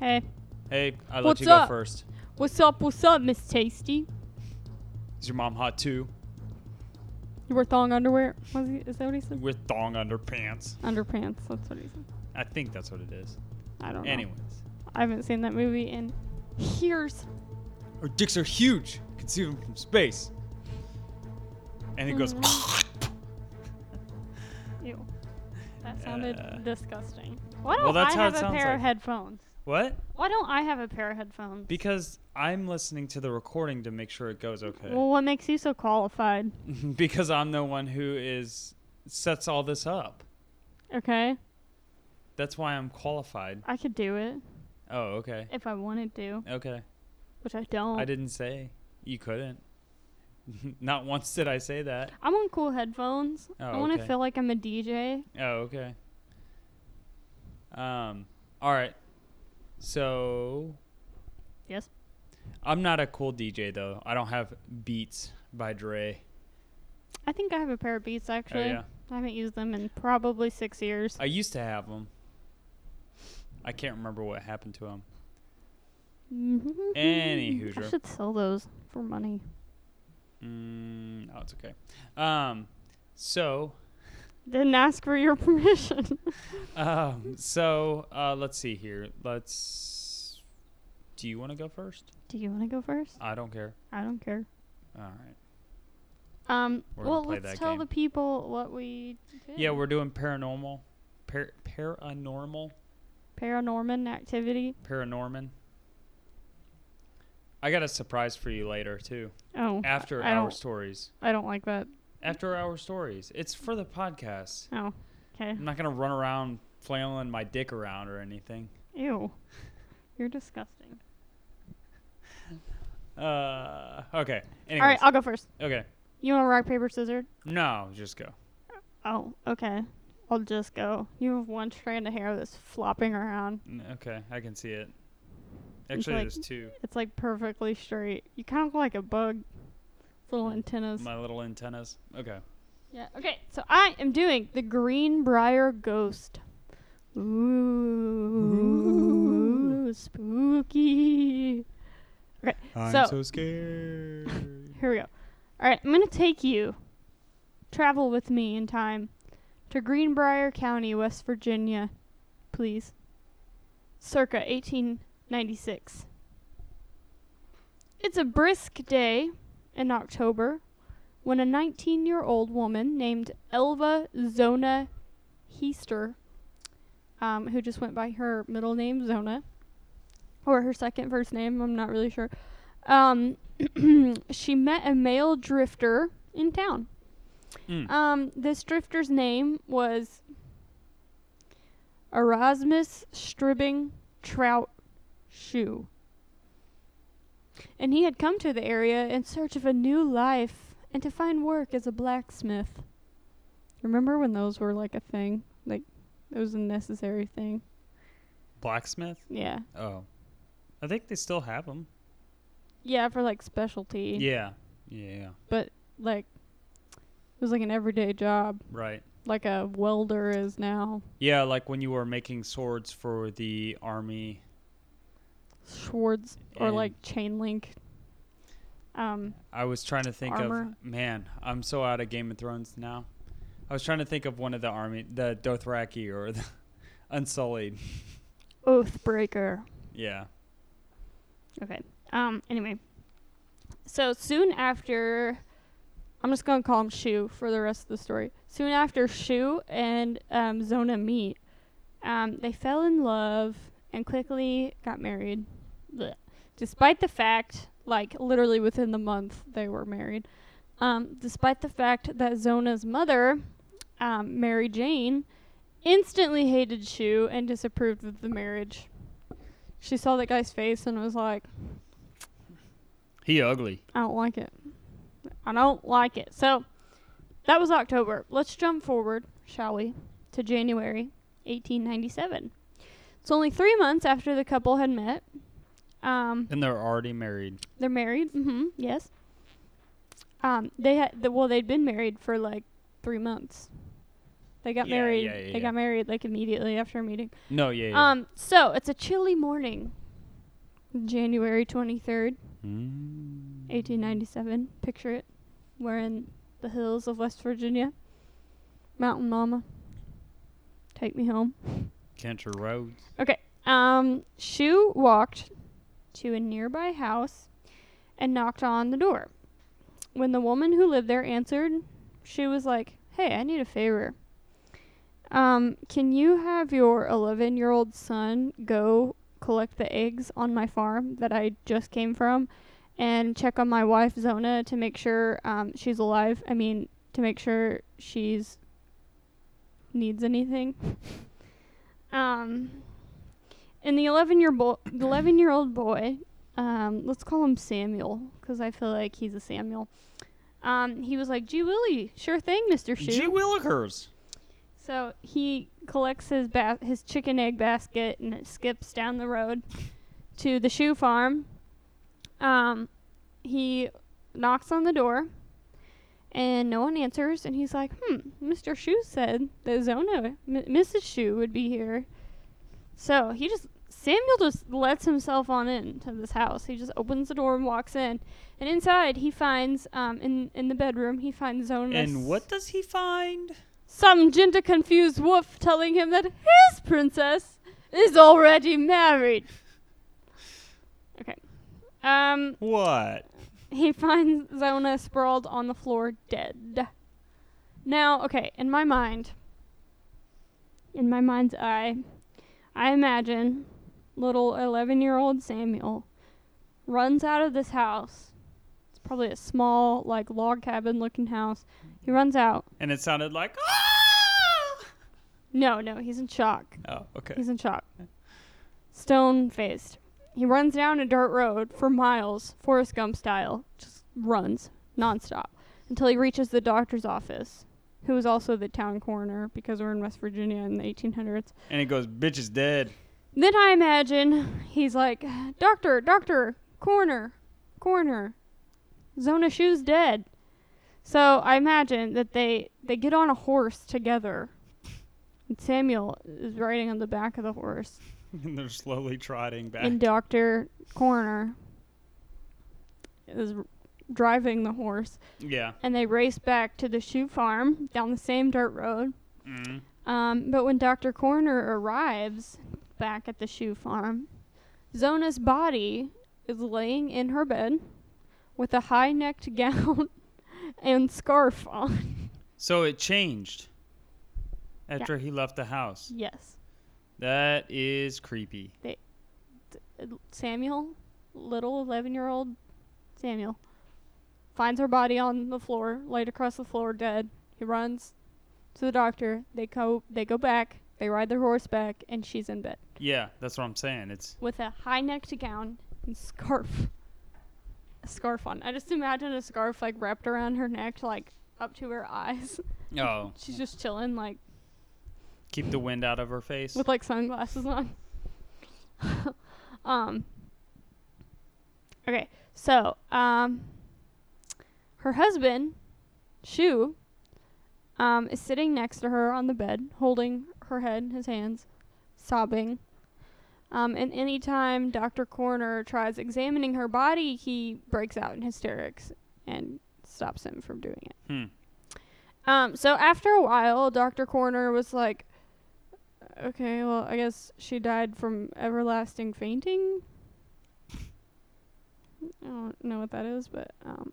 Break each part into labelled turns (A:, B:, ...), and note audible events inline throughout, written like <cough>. A: Hey,
B: Hey, I let
A: What's
B: you go
A: up?
B: first.
A: what's up? What's up, Miss Tasty?
B: Is your mom hot too?
A: You wear thong underwear? Was he, is that what he said?
B: With thong underpants.
A: Underpants. That's what he said.
B: I think that's what it is.
A: I don't know.
B: Anyways,
A: I haven't seen that movie in years.
B: our dicks are huge. You can see them from space.
A: <laughs>
B: And it goes.
A: Ew. That sounded
B: sounded Uh,
A: disgusting. Why don't
B: well, that's
A: I
B: how
A: have
B: it
A: a
B: sounds
A: pair of
B: like.
A: headphones?
B: what?
A: Why don't I have a pair of headphones?
B: Because I'm listening to the recording to make sure it goes okay.
A: well, what makes you so qualified?
B: <laughs> because I'm the one who is sets all this up.
A: Okay,
B: That's why I'm qualified.
A: I could do it
B: Oh, okay.
A: if I wanted to,
B: Okay.
A: which I don't.
B: I didn't say you couldn't. <laughs> Not once did I say that.
A: I want cool headphones. I
B: Oh,
A: want to
B: okay.
A: feel like I'm a DJ.
B: Oh, okay. Um, all right. So
A: Yes.
B: I'm not a cool DJ though. I don't have Beats by Dre.
A: I think I have a pair of Beats actually.
B: Oh yeah,
A: I haven't used them in probably six years.
B: I used to have them. I can't remember what happened to them. Any
A: Mm-hmm. I
B: Hoosier.
A: should sell those for money.
B: Mm, oh, it's okay. Um, so,
A: Didn't ask for your <laughs>
B: <laughs>
A: permission.
B: um, so uh, let's see here. Let's. Do you want to go first?
A: do you want to go first?
B: I don't care.
A: I don't care.
B: All right.
A: Um.
B: We're gonna
A: well,
B: play
A: let's
B: that
A: tell
B: game.
A: the people what we. Did.
B: Yeah, we're doing paranormal, par- paranormal
A: paranorman activity.
B: Paranorman. I got a surprise for you later too.
A: Oh,
B: After
A: I
B: hour
A: don't-
B: stories.
A: I don't like that.
B: After hour stories. It's for the podcast.
A: Oh, okay.
B: I'm not gonna run around flailing my dick around or anything.
A: Ew, you're disgusting.
B: Uh. Okay. Anyways.
A: All right, I'll go first.
B: okay.
A: You want rock paper scissors?
B: No, just go.
A: Oh, okay. I'll just go. You have one strand of hair that's flopping around.
B: N- Okay, I can see it.
A: It's
B: Actually,
A: like-
B: there's two.
A: It's like perfectly straight. You kind of look like a bug. Little
B: Mm.
A: antennas.
B: My little antennas. Okay.
A: Yeah. Okay. So I am doing the Greenbrier Ghost. Ooh, spooky. I'm So- so
B: scared.
A: Here we go. All right, I'm going to take you, travel with me in time, to Greenbrier County, West Virginia, please. Circa 1896. It's a brisk day in October when a 19 year old woman named Elva Zona Heaster, um, who just went by her middle name, Zona, or her second first name, I'm not really sure, um, she met a male drifter in town.
B: Mm.
A: Um, this drifter's name was Erasmus Stribbing Trout Shoe. And he had come to the area in search of a new life and to find work as a blacksmith. Remember when those were like a thing? Like, it was a necessary thing.
B: Blacksmith.
A: Yeah.
B: Oh, I think they still have them.
A: Yeah, for like specialty.
B: Yeah. Yeah.
A: But like, it was like an everyday job.
B: Right.
A: like a welder is now.
B: Yeah, like when you were making swords for the army.
A: Schwartz or
B: And-
A: like chain link. Um,
B: I was trying to think
A: Armor.
B: of man, I'm so out of Game of Thrones now. I was trying to think of one of the army, the Dothraki or the <laughs> Unsullied.
A: Oathbreaker.
B: Yeah.
A: Okay. Um. Anyway, so soon after, I'm just gonna call him Shu for the rest of the story. Soon after Shu and um, Zona meet, um, they fell in love and quickly got married. Blech. Despite the fact, like literally within the month, they were married. Um, despite the fact that Zona's mother, um, Mary Jane, instantly hated Shu and disapproved of the marriage. She saw that guy's face and was like,
B: He ugly.
A: I don't like it. I don't like it. So that was October. Let's jump forward, shall we, to January 1897. It's only three months after the couple had met. Um,
B: And they're already married.
A: they're married. Mm-hmm. Yes. Um, they had the, well, they'd been married for like three months. They got
B: Yeah,
A: married.
B: yeah, yeah,
A: they
B: yeah.
A: got married like immediately after a meeting.
B: No, yeah, yeah.
A: Um, so it's a chilly morning, January twenty third,
B: Mm.
A: eighteen ninety seven. Picture it. We're in the hills of West Virginia. Mountain Mama. Take me home.
B: Country roads.
A: Okay. Um, Shu walked to a nearby house and knocked on the door. When the woman who lived there answered, she was like, "Hey, I need a favor. Um, can you have your 11-year-old son go collect the eggs on my farm that I just came from and check on my wife Zona to make sure um, she's alive? I mean, to make sure she's needs anything." Um, and the 11 year bo- the 11 year old boy, um, let's call him Samuel because I feel like he's a Samuel. Um, he was like, "Gee Willie, sure thing, Mister Shoe."
B: Gee Willikers.
A: so he collects his ba- his chicken egg basket and it skips down the road to the shoe farm. Um, he knocks on the door. And no one answers, and he's like, "Hmm, Mr. Shoe said that Zona, M- Mrs. Shoe, would be here." So he just Samuel just lets himself on into this house. He just opens the door and walks in, and inside he finds um in in the bedroom he finds Zona
B: And what does he find?
A: some gender confused wolf telling him that his princess is already married. Okay. Um,
B: What?
A: he <laughs> finds Zona sprawled on the floor dead. Now, okay, in my mind, in my mind's eye, I imagine little 11 year old Samuel runs out of this house. It's probably a small, like, log cabin looking house. He runs out.
B: And it sounded like, ah!
A: No, no, he's in shock.
B: Oh, okay.
A: He's in shock. Stone faced. He runs down a dirt road for miles, Forrest Gump style. Just runs nonstop until he reaches the doctor's office, who is also the town coroner because we're in West Virginia in the 1800s.
B: And it goes, bitch is dead. <laughs>
A: Then I imagine he's like, Doctor, doctor, corner, corner. Zona Shoe's dead. So I imagine that they, they get on a horse together. And Samuel is riding on the back of the horse.
B: and they're slowly trotting back. <laughs>
A: And Doctor Corner is r- driving the horse.
B: yeah.
A: And they race back to the shoe farm down the same dirt road.
B: Mm.
A: Um, but when Dr. Corner arrives back at the shoe farm, Zona's body is laying in her bed with a high necked <laughs> gown and scarf on. <laughs>
B: So it changed after he left the house.
A: Yes.
B: That is creepy.
A: Samuel, little 11 year old Samuel, finds her body on the floor, laid across the floor, dead. He runs to the doctor. They go, they go back. They ride their horse back, and she's in bed
B: Yeah, that's what I'm saying. It's
A: with a high necked gown and scarf. A scarf on. I just imagine a scarf like wrapped around her neck, like up to her eyes. <laughs>
B: oh,
A: She's just chilling, like
B: keep the wind out of her face.
A: with like sunglasses on. <laughs> um. Okay, so um, her husband, Shu, um, is sitting next to her on the bed, holding her head in his hands, sobbing. Um, and anytime Dr. Corner tries examining her body, he breaks out in hysterics and stops him from doing it.
B: Hmm.
A: Um, so after a while, Dr. Corner was like, okay, well, I guess she died from everlasting fainting. I don't know what that is, but um,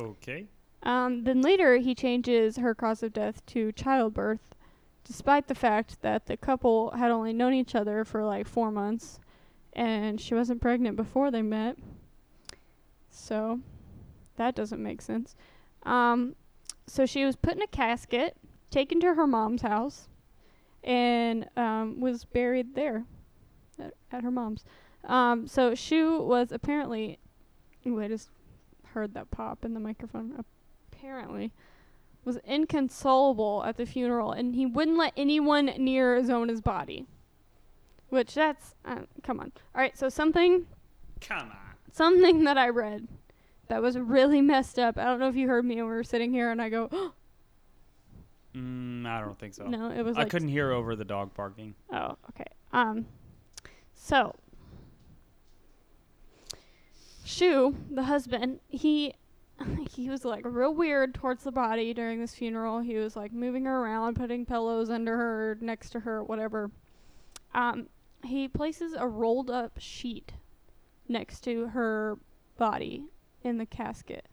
B: Okay.
A: um, then later he changes her cause of death to childbirth, despite the fact that the couple had only known each other for like four months, and she wasn't pregnant before they met. So, that doesn't make sense. Um, so she was put in a casket, taken to her mom's house, and um, was buried there, at, at her mom's. Um, so Shu was apparently. Ooh, I just heard that pop in the microphone apparently was inconsolable at the funeral and he wouldn't let anyone near Zona's body. Which that's uh, come on. All right, so something
B: Come on.
A: something that I read <gasps> that was really messed up. I don't know if you heard me when we were sitting here and I go
B: Mm, I don't think so.
A: No, it was
B: I
A: like
B: couldn't hear over the dog barking.
A: Oh, okay. Um, so Shu, the husband, he <laughs> he was like real weird towards the body during this funeral. He was like moving her around, putting pillows under her, next to her, whatever. Um, he places a rolled up sheet next to her body in the casket.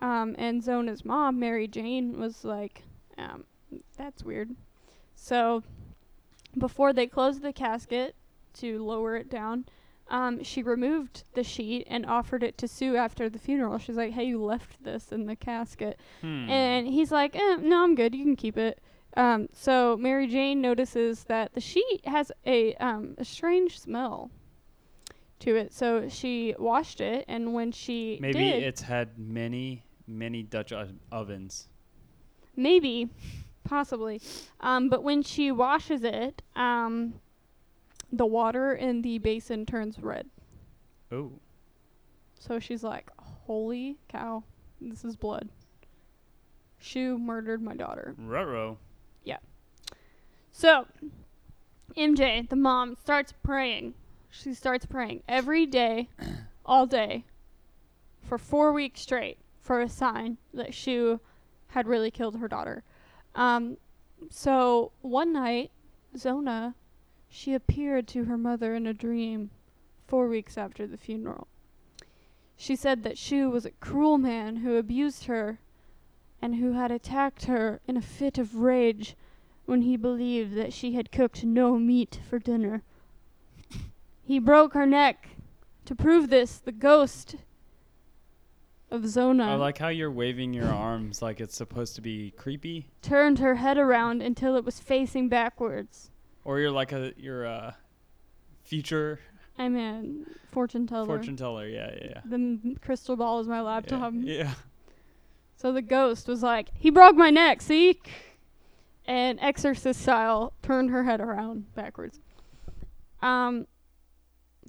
A: Um, and Zona's mom, Mary Jane, was like, um, that's weird. So before they closed the casket to lower it down, um, she removed the sheet and offered it to Sue after the funeral. She's like, "Hey, you left this in the casket,"
B: Hmm.
A: and he's like, eh, "No, I'm good. You can keep it." Um, so Mary Jane notices that the sheet has a um, a strange smell to it. So she washed it, and when she
B: Maybe
A: did,
B: it's had many, many Dutch o- ovens.
A: Maybe, possibly. Um, but when she washes it, um, the water in the basin turns red.
B: Oh,
A: So she's like, "Holy cow, this is blood." Shu murdered my daughter.
B: ruh
A: So, MJ, the mom, starts praying. She starts praying every day, all day, for four weeks straight for a sign that Shu had really killed her daughter. Um, so one night, Zona, she appeared to her mother in a dream four weeks after the funeral. She said that Shu was a cruel man who abused her and who had attacked her in a fit of rage when he believed that she had cooked no meat for dinner. He broke her neck. To prove this, the ghost of Zona
B: I like how you're waving your arms like it's supposed to be creepy,
A: turned her head around until it was facing backwards.
B: or you're like a you're a future
A: I'm a fortune teller.
B: fortune teller. Yeah, yeah, yeah.
A: The m- crystal ball is my
B: Yeah,
A: laptop.
B: yeah.
A: So the ghost was like, "He broke my neck, see?" And exorcist style, turned her head around backwards. Um.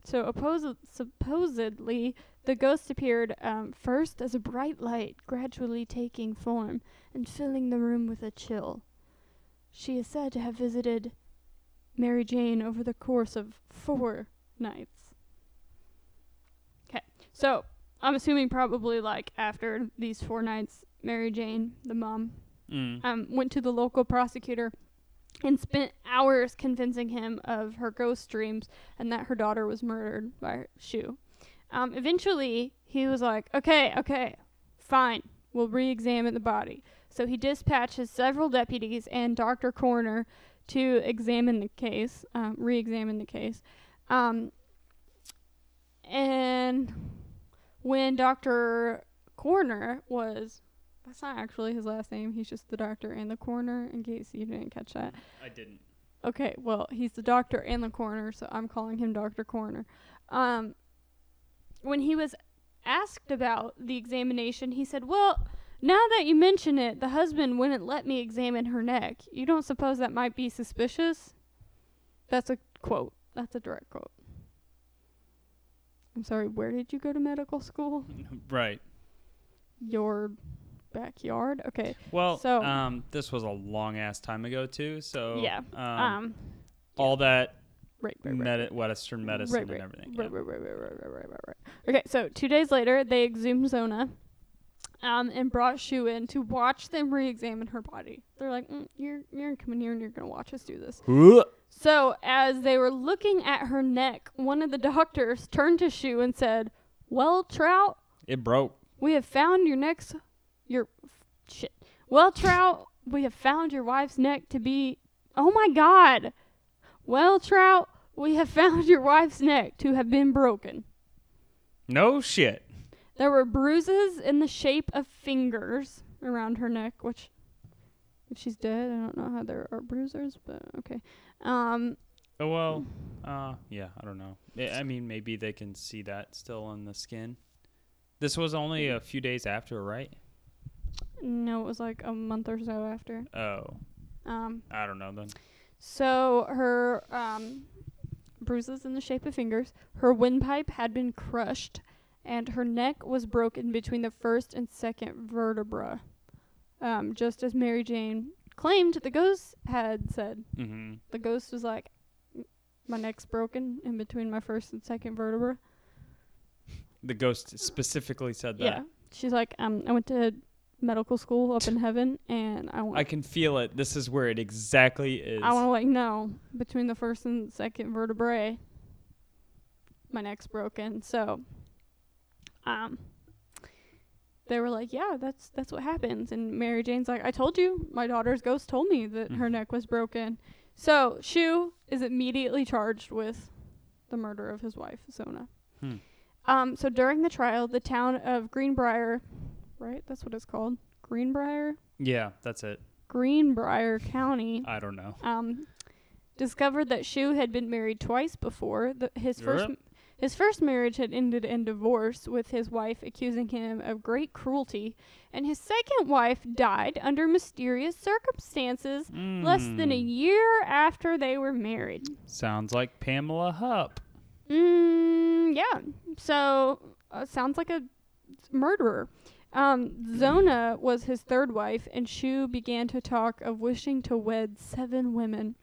A: So oppos- supposedly, the ghost appeared um, first as a bright light, gradually taking form and filling the room with a chill. She is said to have visited Mary Jane over the course of four nights. Okay, so I'm assuming probably like after these four nights, Mary Jane, the mom,
B: Mm.
A: um, went to the local prosecutor and spent hours convincing him of her ghost dreams and that her daughter was murdered by Shu. Um, eventually, he was like, okay, okay, fine, we'll re examine the body. So he dispatches several deputies and Dr. Coroner to examine the case, um, re examine the case. Um, and when Dr. Coroner was that's not actually his last name. He's just the doctor and the coroner, in case you didn't catch that.
B: I didn't. <laughs>
A: Okay, well, he's the doctor and the coroner, so I'm calling him Dr. Coroner. Um, when he was asked about the examination, he said, Well, now that you mention it, the husband wouldn't let me examine her neck. You don't suppose that might be suspicious? That's a quote. That's a direct quote. I'm sorry, where did you go to medical school?
B: Right.
A: Your backyard? Okay.
B: Well,
A: So-
B: um, this was a long ass time ago too. So
A: Yeah,
B: um,
A: um
B: all that
A: Right, right, right.
B: medi- Western medicine
A: right,
B: and
A: right,
B: everything.
A: Right, right, right, right, right, right, right, right, right. Okay, so two days later, they exhumed Zona um, and brought Shu in to watch them re examine her body. They're like, mm, you're, you're coming here and you're going to watch us do this.
B: yeah.
A: So, as they were looking at her neck, one of the doctors turned to Shu and said, Well, Trout,
B: It broke.
A: we have found your neck's. Your. Shit. Well, Trout, we have found your wife's neck to be. Oh my god! Well, Trout, we have found your wife's neck to have been broken.
B: No shit.
A: There were bruises in the shape of fingers around her neck, which, if she's dead, I don't know how there are bruisers, but okay. Um,
B: Oh, well, uh, yeah, I don't know. I I mean, maybe they can see that still on the skin. This was only a few days after, right?
A: no, it was like a month or so after.
B: Oh,
A: Um,
B: I don't know then.
A: So her um, bruises in the shape of fingers, her windpipe had been crushed, and her neck was broken between the first and second vertebra um, just as Mary Jane claimed the ghost had said.
B: Mm-hmm.
A: The ghost was like, "M- my neck's broken in between my first and second vertebra.
B: The ghost specifically said that.
A: Yeah. She's like, um, I went to medical school up in heaven, and I want
B: I can feel it. This is where it exactly is.
A: I want to like know between the first and second vertebrae, my neck's broken. So, um, they were like, "Yeah, that's that's what happens." And Mary Jane's like, "I told you, my daughter's ghost told me that her
B: Mhm.
A: neck was broken." So Shu is immediately charged with the murder of his wife, Zona.
B: Hmm.
A: Um, so during the trial, the town of Greenbrier, right? That's what it's called, Greenbrier,
B: yeah, that's it.
A: Greenbrier County
B: I don't know.
A: um, discovered that Shu had been married twice before. The, his first
B: Yep.
A: his first marriage had ended in divorce, with his wife accusing him of great cruelty, and his second wife died under mysterious circumstances less than a
B: Mm.
A: year after they were married.
B: Sounds like Pamela Hupp.
A: Mm, yeah. So uh, sounds like a murderer. Um, Zona was his third wife, and Shu began to talk of wishing to wed seven women.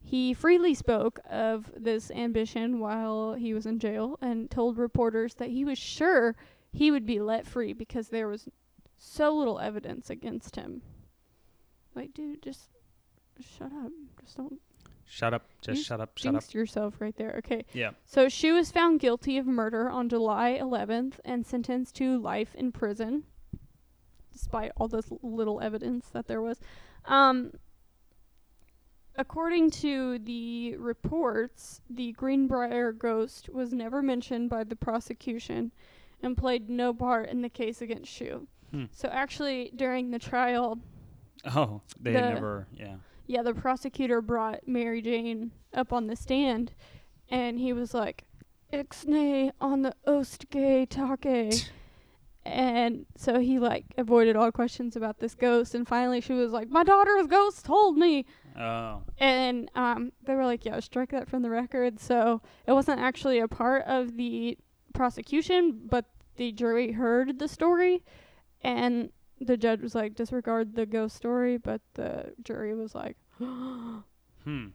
A: He freely spoke of this ambition while he was in jail and told reporters that he was sure he would be let free because there was so little evidence against him. Like, dude, just shut up. Just don't
B: Shut up. Just
A: You
B: shut up. Shut up.
A: jinx yourself right there. Okay.
B: Yeah.
A: So she was found guilty of murder on July 11th and sentenced to life in prison, despite all this l- little evidence that there was. Um, according to the reports, the Greenbrier ghost was never mentioned by the prosecution and played no part in the case against Shu.
B: Hmm.
A: So actually, during the trial,
B: Oh, they
A: The-
B: never. Yeah.
A: yeah, the prosecutor brought Mary Jane up on the stand, and he was like, "Ixnay on the Ostgay Take," and so he like avoided all questions about this ghost, and finally she was like, "My daughter's ghost told me,"
B: Oh.
A: and um, they were like, "Yeah, strike that from the record." So it wasn't actually a part of the prosecution, but the jury heard the story, and the judge was like, "Disregard the ghost story," but the jury was like.
B: Hmm.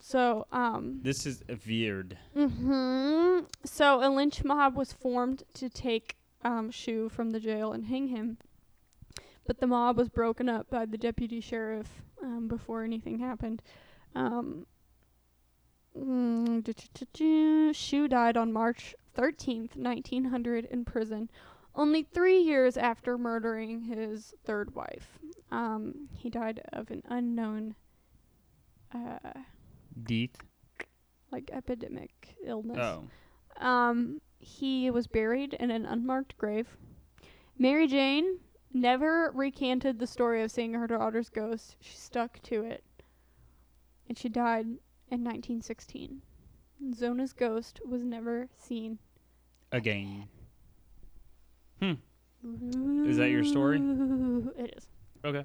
A: So, um,
B: This is weird.
A: hmm so a lynch mob was formed to take um, Shu from the jail and hang him. But the mob was broken up by the deputy sheriff um, before anything happened. Um, mm, du- du- du- du. Shu died on March 13th, 1900, in prison, only three years after murdering his third wife. Um, he died of an unknown uh,
B: Deeth.
A: like epidemic illness.
B: Oh.
A: Um, he was buried in an unmarked grave. Mary Jane never recanted the story of seeing her daughter's ghost. She stuck to it. And she died in 1916. Zona's ghost was never seen.
B: Again. Is that your story?
A: Ooh, It is.
B: Okay.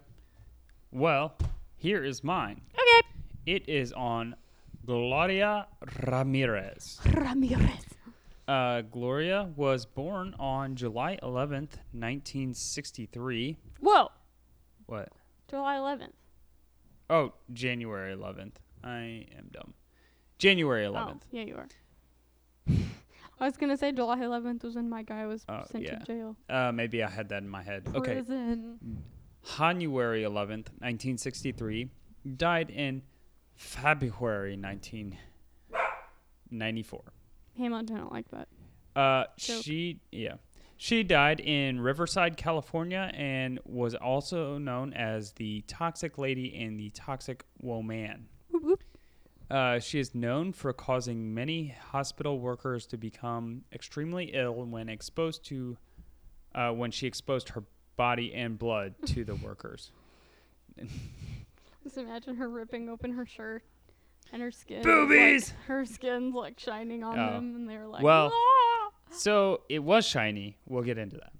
B: Well, here is mine.
A: Okay.
B: It is on Gloria Ramirez.
A: Ramirez.
B: Uh, Gloria was born on July 11th, 1963.
A: Whoa.
B: What?
A: July 11th.
B: Oh, January 11th. I am dumb. January 11th.
A: Oh, yeah, you are. <laughs> I was going to say July 11th was when my guy was
B: Oh,
A: sent
B: yeah.
A: to jail.
B: Uh, maybe I had that in my head. Okay.
A: Prison.
B: January 11th, 1963. Died in February 1994.
A: Hamilton don't like that.
B: Uh,
A: Joke.
B: she yeah, she died in Riverside, California, and was also known as the Toxic Lady and the Toxic Woman.
A: Whoop, whoop.
B: Uh, she is known for causing many hospital workers to become extremely ill when exposed to, uh, when she exposed her body and blood to the workers.
A: Just imagine her ripping open her shirt and her skin. is,
B: Boobies!
A: Like, her skin's like shining on
B: Oh.
A: them, and they're like,
B: Well-
A: "Ah!"
B: So it was shiny. We'll get into that.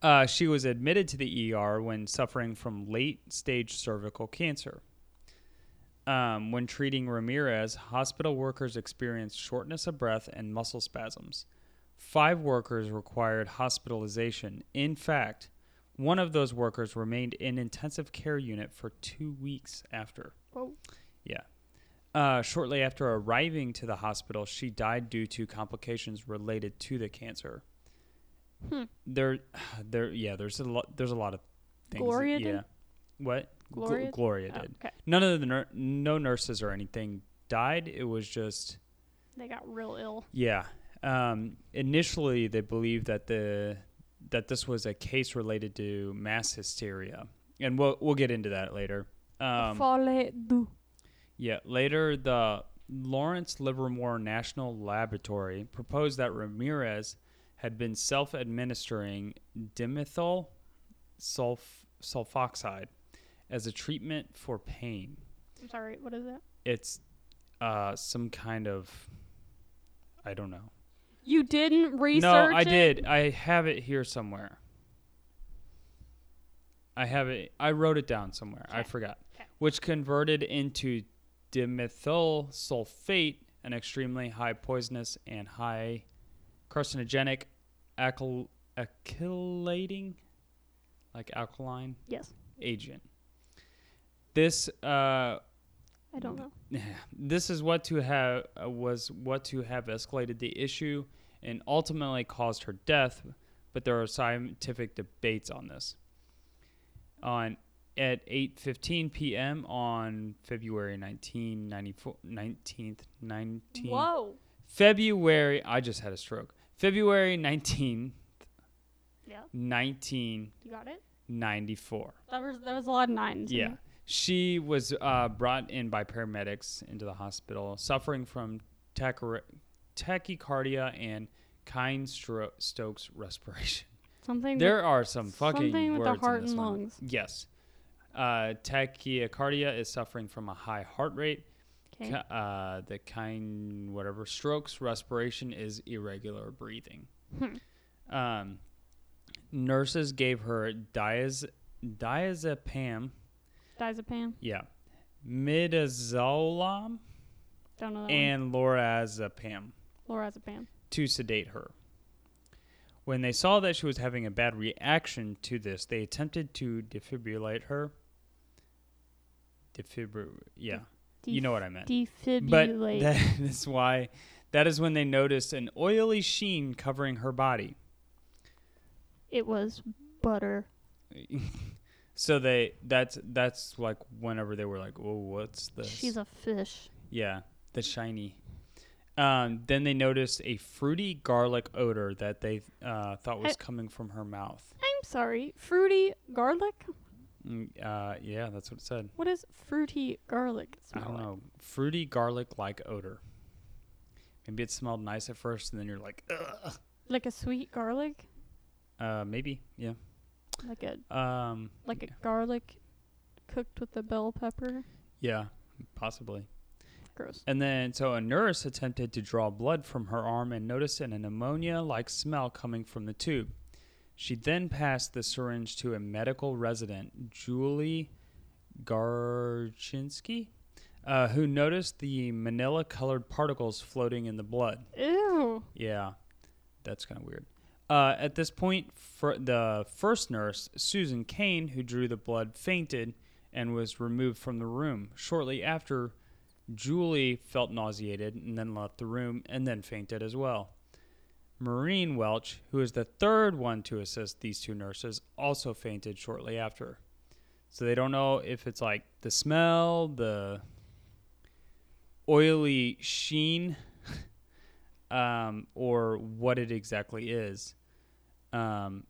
B: Uh, she was admitted to the ER when suffering from late stage cervical cancer. Um, when treating Ramirez, hospital workers experienced shortness of breath and muscle spasms. Five workers required hospitalization. In fact, One of those workers remained in intensive care unit for two weeks after.
A: Whoa.
B: Yeah. Uh, shortly after arriving to the hospital, she died due to complications related to the cancer.
A: Hmm.
B: There, there, yeah. There's a lot. There's a lot of things. that-
A: Gloria did?
B: yeah. What? Gl-
A: Gloria?
B: Gloria
A: Oh,
B: did.
A: okay.
B: None of the nur- no nurses or anything died. It was just
A: They got real ill.
B: yeah. Um, initially, they believed that the that this was a case related to mass hysteria, and we'll we'll get into that later. Um,
A: Folle du.
B: yeah, later the Lawrence Livermore National Laboratory proposed that Ramirez had been self-administering dimethyl sulf- sulfoxide as a treatment for pain.
A: I'm sorry, what is that?
B: It's uh, some kind of I don't know.
A: You didn't research
B: no, I
A: it?
B: did. I have it here somewhere. I have it. I wrote it down somewhere. I
A: Okay.
B: forgot.
A: Okay.
B: Which converted into dimethyl sulfate, an extremely high poisonous and high carcinogenic alkyl- alkylating, like alkaline
A: Yes.
B: agent. This uh,
A: I don't know.
B: this is what to have uh, was what to have escalated the issue and ultimately caused her death but there are scientific debates on this on at 8:15 p.m. on February 1994 19th 19
A: Whoa.
B: February I just had a stroke February 19th
A: Yeah,
B: 1994
A: you got it? That was, that was a lot of nines. in
B: yeah.
A: there.
B: She was uh, brought in by paramedics into the hospital, suffering from tachykar- tachycardia and kind stro- Stokes respiration.
A: Something.
B: There are some fucking
A: something with
B: words
A: the
B: in
A: heart
B: this
A: and
B: one.
A: lungs.
B: Yes. Uh, tachycardia is suffering from a high heart rate.
A: Okay.
B: Ca- Uh, the kind whatever strokes respiration is irregular breathing.
A: Hmm.
B: Um, nurses gave her diaz- diazepam,
A: <laughs> Diazepam.
B: yeah. Midazolam
A: Don't know that
B: and lorazepam
A: one. Lorazepam.
B: to sedate her. When they saw that she was having a bad reaction to this, they attempted to defibrillate her. Defibr yeah. you know what I meant. But
A: Defibrillate.
B: that <laughs> is why that is when they noticed an oily sheen covering her body. <laughs>
A: it was butter.
B: so they that's that's like whenever they were like, "Oh, what's this?"
A: She's a fish.
B: Yeah, the shiny. Um, then they noticed a fruity garlic odor that they uh, thought was
A: I-
B: coming from her mouth.
A: I'm sorry. Fruity garlic?
B: Mm, Uh, yeah, that's what it said.
A: What is fruity garlic
B: I
A: smell
B: don't
A: like?
B: know. Fruity garlic like odor. Maybe it smelled nice at first, and then you're like, Ugh.
A: Like a sweet garlic?
B: Uh, maybe, yeah.
A: Like a
B: Um,
A: like a garlic cooked with a bell pepper?
B: yeah, possibly.
A: Gross.
B: And then, so a nurse attempted to draw blood from her arm and noticed an ammonia like smell coming from the tube. She then passed the syringe to a medical resident, Julie Garchinsky, uh, who noticed the manila colored particles floating in the blood.
A: Ew.
B: Yeah, that's kind of weird. Uh, at this point, fir- the first nurse, Susan Kane, who drew the blood, fainted and was removed from the room. Shortly after, Julie felt nauseated and then left the room and then fainted as well. Maureen Welch, who is the third one to assist these two nurses, also fainted shortly after. So they don't know if it's like the smell, the oily sheen um, or what it exactly is. Um,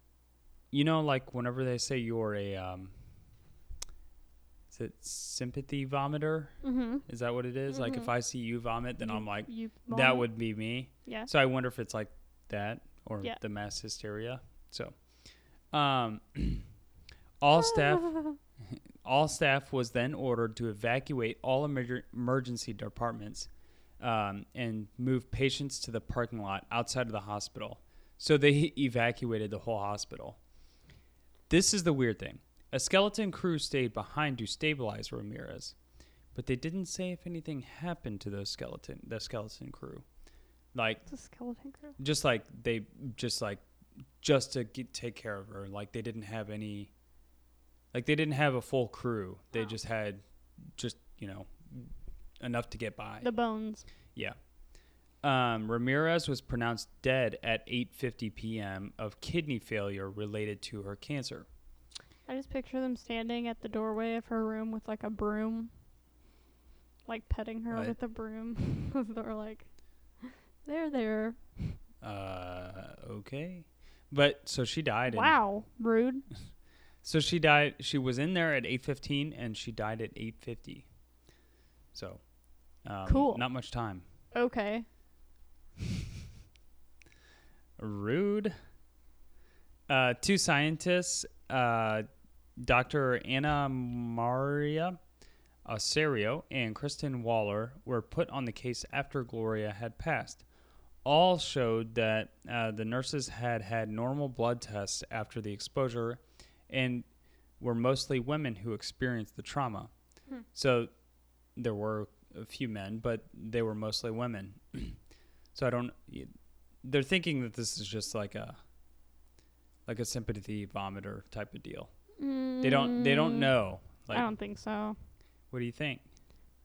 B: you know, like whenever they say you're a, um, is it sympathy vomiter?
A: Mm-hmm.
B: Is that what it is? Like if I see you vomit, then I'm like,
A: you
B: that
A: vomit?
B: would be me.
A: Yeah.
B: So I wonder if it's like that or
A: Yeah.
B: the mass hysteria. So, um, <clears throat>
A: <laughs>
B: all
A: Oh.
B: staff all staff was then ordered to evacuate all emerg- emergency departments um, and move patients to the parking lot outside of the hospital. So they <laughs> evacuated the whole hospital. This is the weird thing. A skeleton crew stayed behind to stabilize Ramirez, but they didn't say if anything happened to those skeleton the skeleton crew. Like
A: It's a skeleton crew.
B: just like they just like just to get, take care of her. Like they didn't have any, like they didn't have a full crew. They
A: Oh.
B: just had, just you know, enough to get by.
A: The bones.
B: Yeah. Um, Ramirez was pronounced dead at 8:50 p.m. of kidney failure related to her cancer.
A: I just picture them standing at the doorway of her room with like a broom, like petting her
B: Right.
A: with a broom. <laughs> They're like, there, there.
B: Uh, okay. But so she died. in-
A: Wow, rude.
B: so she died. She was in there at 8:15 and she died at 8:50. So. Um,
A: Cool.
B: Not much time.
A: Okay.
B: Rude. Uh, two scientists, uh, Dr. Anna Maria Osorio and Kristen Waller, were put on the case after Gloria had passed. All showed that uh, the nurses had had normal blood tests after the exposure and were mostly women who experienced the trauma.
A: Hmm.
B: So there were a few men, but they were mostly women. <clears throat> so I don't. They're thinking that this is just like a like a sympathy vomiter type of deal. They don't. They don't
A: Mm,
B: know. Like,
A: I don't think so.
B: what do you think?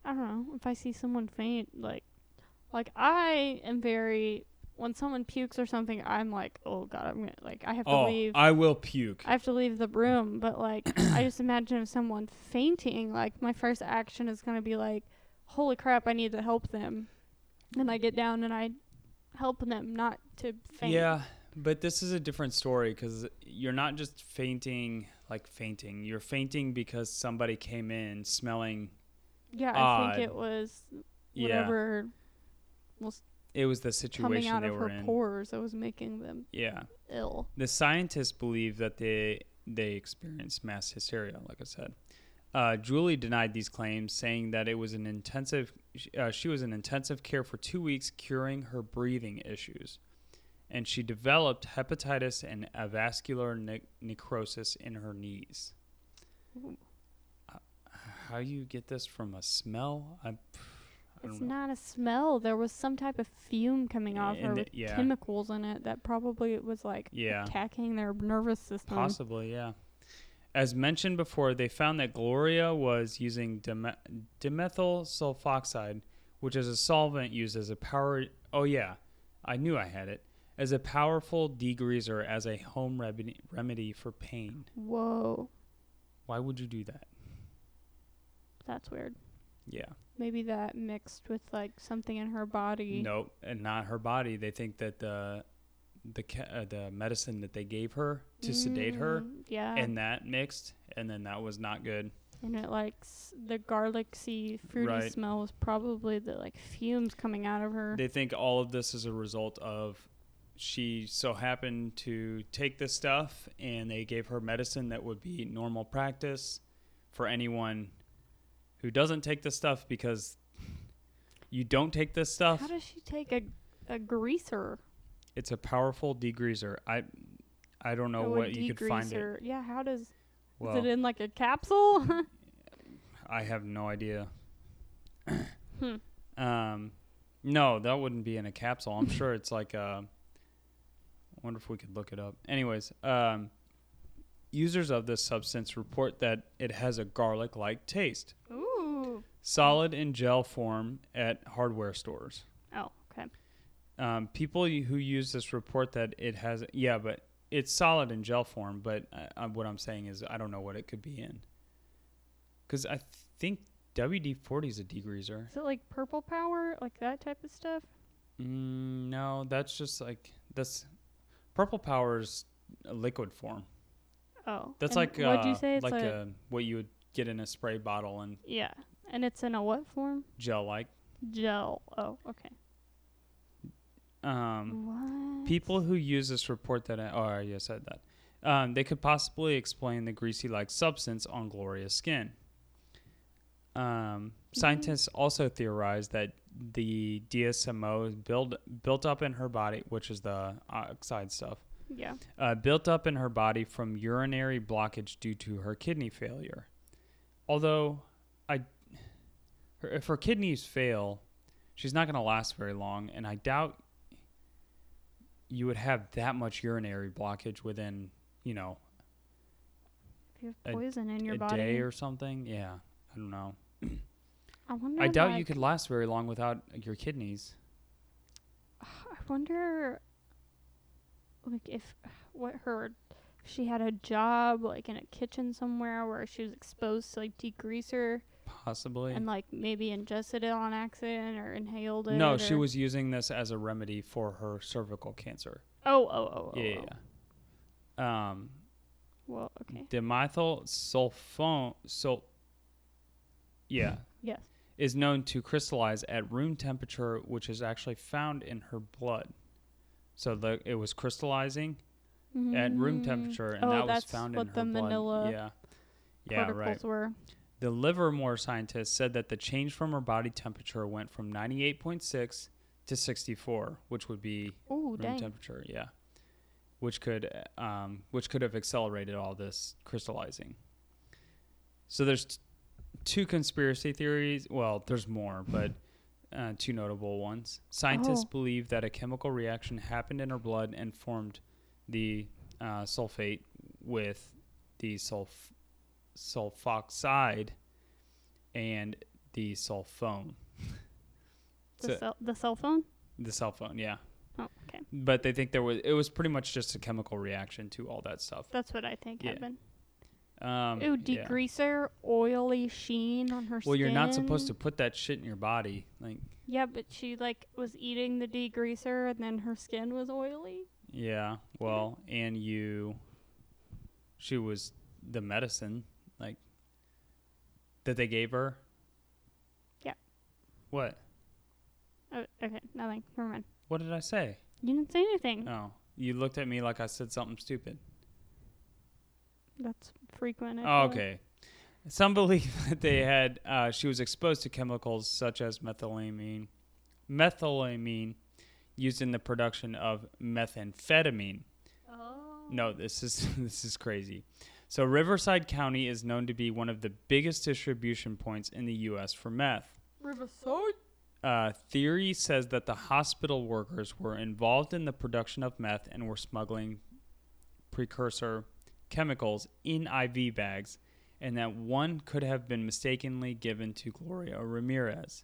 A: I don't know. If I see someone faint, like, like I am very. When someone pukes or something, I'm like, oh god, I'm gonna like I have to
B: Oh,
A: leave.
B: I will puke.
A: I have to leave the room, but
B: <clears throat>
A: like I just imagine if someone fainting, like my first action is gonna be like, "Holy crap, I need to help them," and I get down and I help them not to faint.
B: Yeah, but this is a different story because you're not just fainting like fainting. You're fainting because somebody came in smelling.
A: yeah. I
B: Odd.
A: think it was
B: Yeah,
A: whatever was
B: it was the
A: coming
B: situation
A: out
B: they
A: of her
B: were in.
A: pores that was making them
B: Yeah.
A: ill.
B: The scientists believe that they they experienced mass hysteria, like I said. Uh, Julie denied these claims, saying that it was an intensive. sh- Uh, she was in intensive care for two weeks, curing her breathing issues, and she developed hepatitis and avascular ne- necrosis in her knees.
A: Ooh.
B: Uh, How you get this from a smell? I, I don't
A: It's
B: know.
A: not a smell. There was some type of fume coming off
B: And
A: her
B: the-
A: with
B: yeah.
A: chemicals in it that probably was like
B: Yeah.
A: attacking their nervous system.
B: Possibly, yeah. As mentioned before, they found that Gloria was using dime- dimethyl sulfoxide, which is a solvent used as a power. Oh, yeah. I knew I had it. As a powerful degreaser, as a home remedy, remedy for pain.
A: Whoa,
B: Why would you do that?
A: that's weird.
B: Yeah.
A: Maybe that mixed with like something in her body.
B: No, and not her body. They think that the the ca- uh, the medicine that they gave her to sedate her
A: Mm, Yeah.
B: and that mixed, and then that was not good.
A: And it like s- the garlicky fruity
B: Right.
A: smell was probably the like fumes coming out of her.
B: they think all of this is a result of she so happened to take this stuff and they gave her medicine that would be normal practice for anyone who doesn't take this stuff because you don't take this stuff
A: How does she take a a greaser?
B: it's a powerful degreaser i i don't know
A: Or a
B: what you could find it
A: degreaser? Yeah. How does?
B: well
A: is it in like a capsule? <laughs>
B: i have no idea
A: Hmm.
B: um no that wouldn't be in a capsule i'm sure it's like uh I wonder if we could look it up. Anyways, um, users of this substance report that it has a garlic like taste,
A: Ooh.
B: solid in gel form at hardware stores.
A: Oh. Okay.
B: Um, people y- who use this report that it has, yeah, but it's solid in gel form, but I, I, what I'm saying is I don't know what it could be in. Because I think WD 40 is a degreaser.
A: Is it like purple power, like that type of stuff?
B: Mm, no, that's just like, that's purple powers a liquid form.
A: Oh. and
B: That's like uh,
A: What'd you say? It's
B: like,
A: like
B: uh, what you would get in a spray bottle and
A: yeah, and it's in a what form?
B: gel like.
A: Gel. Oh. Okay.
B: Um,
A: What?
B: people who use this report that I, oh I already said that um, they could possibly explain the greasy like substance on Gloria's skin. Um, scientists also theorized that the DSMO build built up in her body, which is the oxide stuff,
A: Yeah.
B: uh, built up in her body from urinary blockage due to her kidney failure. Although, I, her, if her kidneys fail, she's not going to last very long, and I doubt you would have that much urinary blockage within, you know,
A: If you
B: A-
A: have poison in your
B: a
A: body.
B: day or something. Yeah, I don't know.
A: I wonder.
B: I doubt you
A: like-
B: could last very long without your kidneys.
A: I wonder, like, if <sighs> what her if she had a job like in a kitchen somewhere where she was exposed to like degreaser
B: Possibly.
A: and like maybe ingested it on accident or inhaled it.
B: no, she
A: or-
B: was using this as a remedy for her cervical cancer.
A: Oh, oh, oh, oh.
B: yeah, yeah, Mm.
A: oh.
B: yeah. Um,
A: Well, okay.
B: dimethyl sulfone, sul-
A: <laughs>
B: yeah,
A: Yes.
B: is known to crystallize at room temperature, which is actually found in her blood. So the it was crystallizing at room
A: Mm.
B: temperature, and
A: Oh,
B: that was
A: that's
B: found in
A: what
B: her
A: the
B: blood.
A: manila
B: yeah, yeah,
A: Particles
B: right.
A: were.
B: The Livermore scientist said that the change from her body temperature went from 98.6 to 64, which would be
A: Oh,
B: room
A: dang.
B: temperature. Yeah, which could um, which could have accelerated all this crystallizing. So there's t- two conspiracy theories. Well, there's more, but uh, two notable ones. Scientists
A: Oh.
B: believe that a chemical reaction happened in her blood and formed the uh, sulfate with the sulf sulfoxide and the sulfone.
A: the,
B: So-
A: cell, the cell phone.
B: the cell phone, yeah.
A: Oh, okay.
B: But they think there was it was pretty much just a chemical reaction to all that stuff.
A: That's what I think
B: Yeah.
A: happened.
B: Um,
A: Ooh,
B: yeah.
A: degreaser, oily sheen on her skin.
B: Well, you're not supposed to put that shit in your body. Like,
A: Yeah, but she like was eating the degreaser and then her skin was oily.
B: yeah. Well, and you, she was the medicine, like that they gave her.
A: Yeah.
B: What?
A: Oh, okay, nothing. Never mind.
B: What did I say?
A: You didn't say anything.
B: Oh, you looked at me like I said something stupid.
A: That's frequent. I
B: Oh,
A: feel like.
B: okay. Some <laughs> believe that they had uh, she was exposed to chemicals such as methylamine, methylamine, used in the production of methamphetamine.
A: Oh.
B: No, this is <laughs> this is crazy. So Riverside County is known to be one of the biggest distribution points in the U.S. for meth.
A: Riverside.
B: Uh, theory says that the hospital workers were involved in the production of meth and were smuggling precursor chemicals in IV bags, and that one could have been mistakenly given to Gloria Ramirez.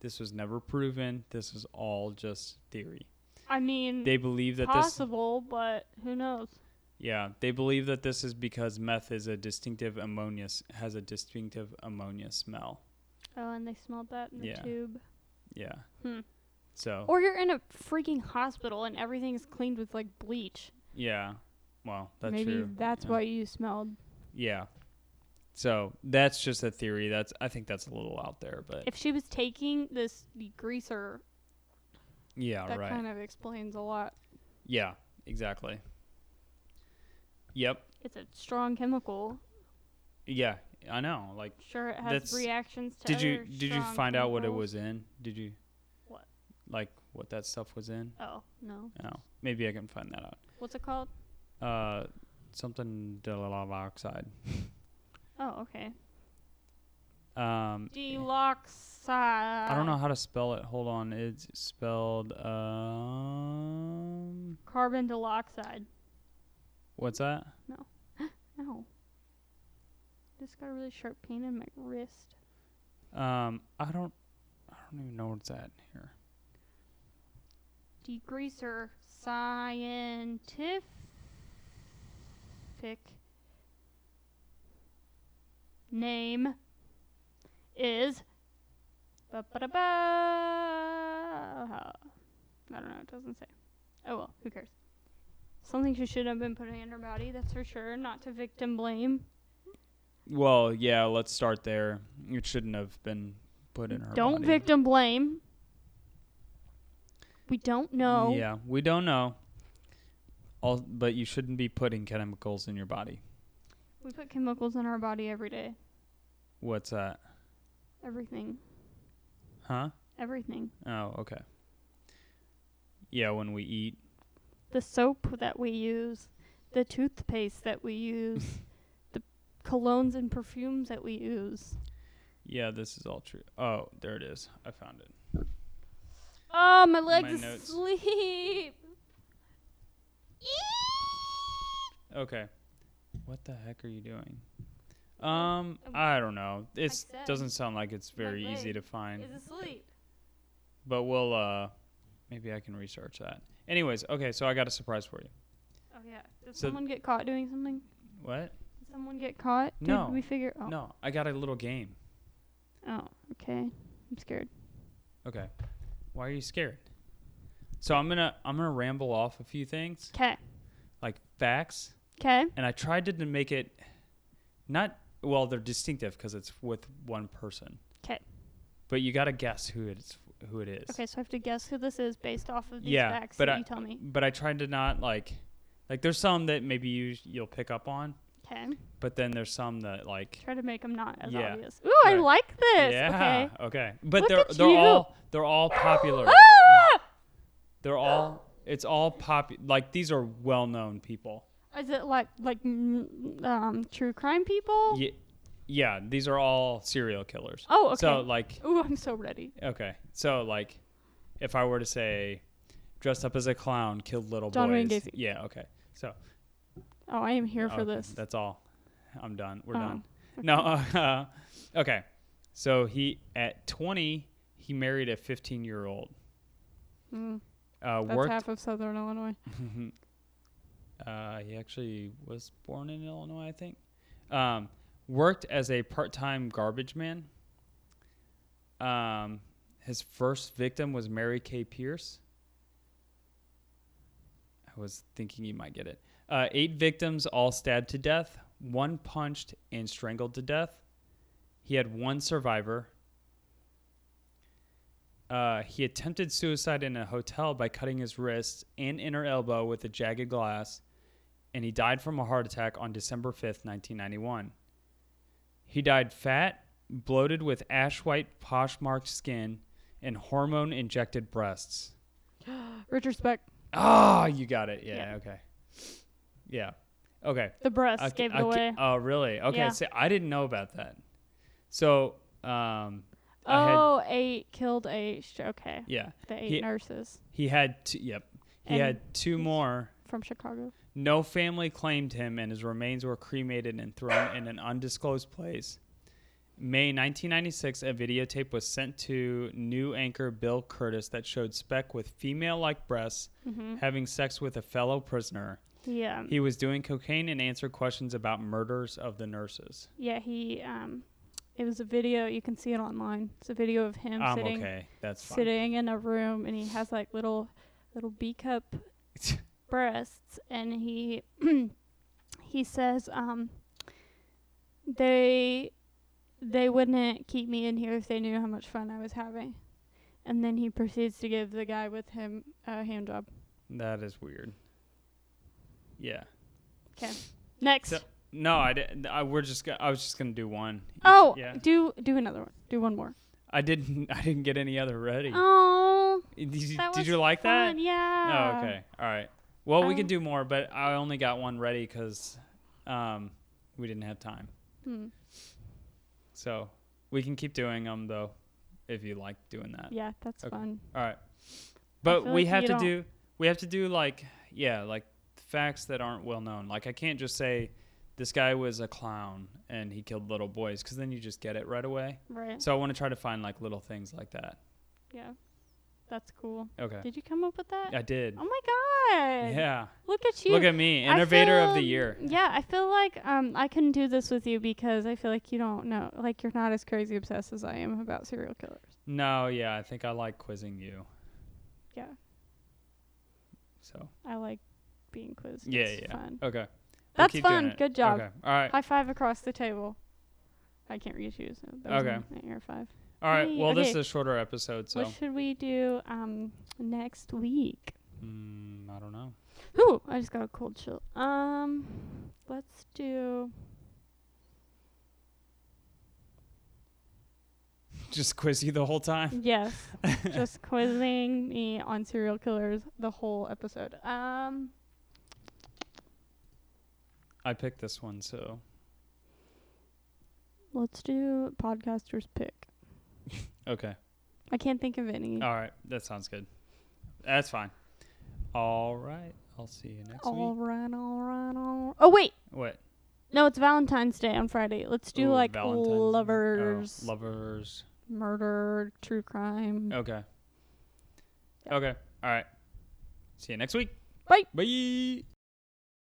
B: This was never proven. This is all just theory.
A: I mean,
B: They believe that this
A: possible, but who knows?
B: yeah, they believe that this is because meth is a distinctive ammonia has a distinctive ammonia smell.
A: Oh, and they smelled that in the
B: Yeah. Oh.
A: tube.
B: Yeah.
A: Hmm.
B: So
A: Or you're in a freaking hospital and everything's cleaned with like bleach.
B: yeah. Well, that's
A: Maybe
B: true.
A: that's
B: Yeah.
A: why you smelled.
B: Yeah. So that's just a theory. That's I think that's a little out there, but
A: If she was taking this degreaser,
B: yeah,
A: that
B: right.
A: kind of explains a lot.
B: yeah, exactly. Yep.
A: It's a strong chemical.
B: Yeah, I know. Like,
A: Sure, it has
B: That's-
A: reactions to.
B: did you
A: other
B: did you
A: strong
B: find out what it
A: chemicals.
B: was in? Did you?
A: What?
B: Like what that stuff was in?
A: Oh no,
B: No. Maybe I can find that out.
A: what's it called?
B: Uh, something dioxide.
A: Oh okay,
B: Um,
A: deloxide.
B: I don't know how to spell it. Hold on. It's spelled um.
A: Carbon dioxide.
B: What's that?
A: No. Just got a really sharp pain in my wrist.
B: Um, I don't, I don't even know where it's at here.
A: Degreaser scientific. Name is. Ba-ba-da-ba. I don't know. It doesn't say. Oh well, who cares? Something she should have been putting in her body. That's for sure. Not to victim blame.
B: Well, yeah, let's start there. It shouldn't have been put in her.
A: don't
B: body.
A: victim blame. We don't know.
B: Yeah, we don't know. All, but you shouldn't be putting chemicals in your body.
A: We put chemicals in our body every day.
B: What's that?
A: Everything.
B: Huh?
A: Everything.
B: Oh, okay. Yeah, when we eat.
A: The soap that we use, the toothpaste that we use,
B: <laughs>
A: the colognes and perfumes that we use.
B: Yeah, this is all true. Oh, there it is. I found it.
A: Oh, my legs
B: notes.
A: asleep.
B: Okay. What the heck are you doing? Um, I don't know. It
A: said-
B: doesn't sound like it's very
A: My
B: easy
A: leg
B: to find,
A: Is asleep.
B: but we'll uh maybe I can research that. Anyways, okay, so I got a surprise for you.
A: Oh yeah. Did
B: So-
A: someone get caught doing something?
B: What?
A: Did someone get caught? Did
B: No.
A: we figure oh.
B: No, I got a little game.
A: Oh, okay. I'm scared.
B: Okay. Why are you scared? So I'm going to I'm going to ramble off a few things,
A: Okay.
B: like facts,
A: Okay.
B: and I tried to, to make it not well, they're distinctive because it's with one person.
A: 'Kay.
B: But you got to guess who it's who it is.
A: Okay, so I have to guess who this is based off of these
B: Yeah,
A: facts
B: but
A: that
B: I-
A: you tell me.
B: but I tried to not like like there's some that maybe you you'll pick up on,
A: Okay.
B: but then there's some that like
A: Try to make them not as
B: Yeah.
A: obvious. Ooh, I
B: Right.
A: like this.
B: yeah,
A: Okay.
B: okay. But
A: Look
B: they're
A: at
B: they're
A: you.
B: all they're all popular.
A: Ah!
B: They're all it's all pop like these are well-known people.
A: Is it like like mm, um true crime people?
B: Yeah, yeah, these are all serial killers.
A: Oh, okay.
B: So like
A: Ooh, I'm so ready.
B: okay. So like if I were to say dressed up as a clown killed little
A: John
B: boys.
A: Wayne Gacy.
B: Yeah, okay. So
A: Oh, I am here for
B: Okay,
A: this.
B: That's all. I'm done. We're
A: Oh,
B: done. No. <laughs> Uh, okay. So he at 20, he married a 15 year old.
A: Mm,
B: Uh,
A: that's
B: worked.
A: half of Southern Illinois.
B: <laughs> uh, he actually was born in Illinois, I think. Um, worked as a part time garbage man. Um, his first victim was Mary Kay Pierce. I was thinking you might get it. Uh, eight victims, all stabbed to death, one punched and strangled to death. He had one survivor. Uh, he attempted suicide in a hotel by cutting his wrist and inner elbow with a jagged glass, and he died from a heart attack on December 5th, 1991. He died fat, bloated with ash white posh-marked skin, and hormone injected breasts.
A: Richard Speck,
B: Ah, you got it. Yeah,
A: Yeah.
B: okay. Yeah. Okay.
A: the breasts
B: I ca-
A: gave
B: I
A: it
B: ca-
A: away.
B: Oh, really? Okay.
A: Yeah.
B: So I didn't know about that. So, um, I had-
A: oh, eight killed eight. Sh- Okay,
B: yeah,
A: the eight
B: He-
A: nurses
B: he had two. Yep, he
A: And-
B: had two more.
A: from Chicago.
B: No family claimed him, and his remains were cremated and thrown in an undisclosed place. May 1996, a videotape was sent to new anchor Bill Curtis that showed Speck with female like breasts
A: hmm
B: having sex with a fellow prisoner.
A: Yeah,
B: He was doing cocaine and answered questions about murders of the nurses.
A: yeah. He um, it was a video. You can see it online. It's a video of him
B: I'm
A: sitting
B: okay. That's fine.
A: sitting in a room, and he has like little little B cup
B: <laughs>
A: breasts and he <clears throat> he says um they they wouldn't keep me in here if they knew how much fun I was having. And then he proceeds to give the guy with him a hand job.
B: That is weird. Yeah.
A: Next.
B: So- No, I did. I we're just. go- I was just gonna do one. each.
A: oh,
B: yeah.
A: do do another one. Do one more.
B: I didn't. <laughs> I didn't get any other ready.
A: Oh,
B: did you,
A: that
B: did
A: was
B: you like that?
A: fun. Yeah.
B: Oh, okay. All right. Well, we
A: Um,
B: can do more, but I only got one ready because um, we didn't have time.
A: Hmm.
B: So we can keep doing them though, if you like doing that.
A: Yeah, that's
B: Okay.
A: fun.
B: All right. But
A: feel
B: we
A: like
B: have
A: you
B: to
A: don't-
B: do we have to do like yeah, like facts that aren't well known. Like I can't just say this guy was a clown and he killed little boys cuz then you just get it right away.
A: Right.
B: So I want to try to find like little things like that.
A: Yeah. That's cool.
B: Okay.
A: Did you come up with that?
B: I did.
A: Oh my god.
B: Yeah.
A: Look at you.
B: Look at me,
A: I
B: innovator of the
A: feel-
B: year.
A: Yeah, I feel like um I couldn't do this with you because I feel like you don't know, like you're not as crazy obsessed as I am about serial killers.
B: No, yeah, I think I like quizzing you.
A: Yeah.
B: So,
A: I like being quizzed.
B: yeah,
A: It's
B: yeah.
A: Fun.
B: Okay. We'll
A: That's
B: keep doing
A: fun.
B: it.
A: Good job.
B: Okay. All right.
A: High five across the table. I can't reach you. So that was
B: Okay.
A: an- an air five.
B: All right.
A: Hey,
B: Well, this is
A: okay.
B: a shorter episode, so
A: What should we do um next week?
B: mm, I don't know. <laughs>
A: Ooh, I just got a cold chill. Um, let's do.
B: Just quiz you the whole time. <laughs>
A: Yes. just quizzing me on serial killers the whole episode. Um,
B: I picked this one, so
A: let's do podcasters pick.
B: okay. Oh,
A: I can't think of any.
B: All right, that sounds good. That's fine. All right, I'll see you next
A: All
B: week.
A: right, all right, all right. Oh wait,
B: What?
A: no, it's Valentine's Day on Friday. Let's do
B: Ooh,
A: like
B: Valentine's Day. Oh,
A: lovers,
B: lovers.
A: murder, true crime.
B: Okay.
A: Yeah.
B: Okay. All right. See you next week.
A: Bye.
B: Bye.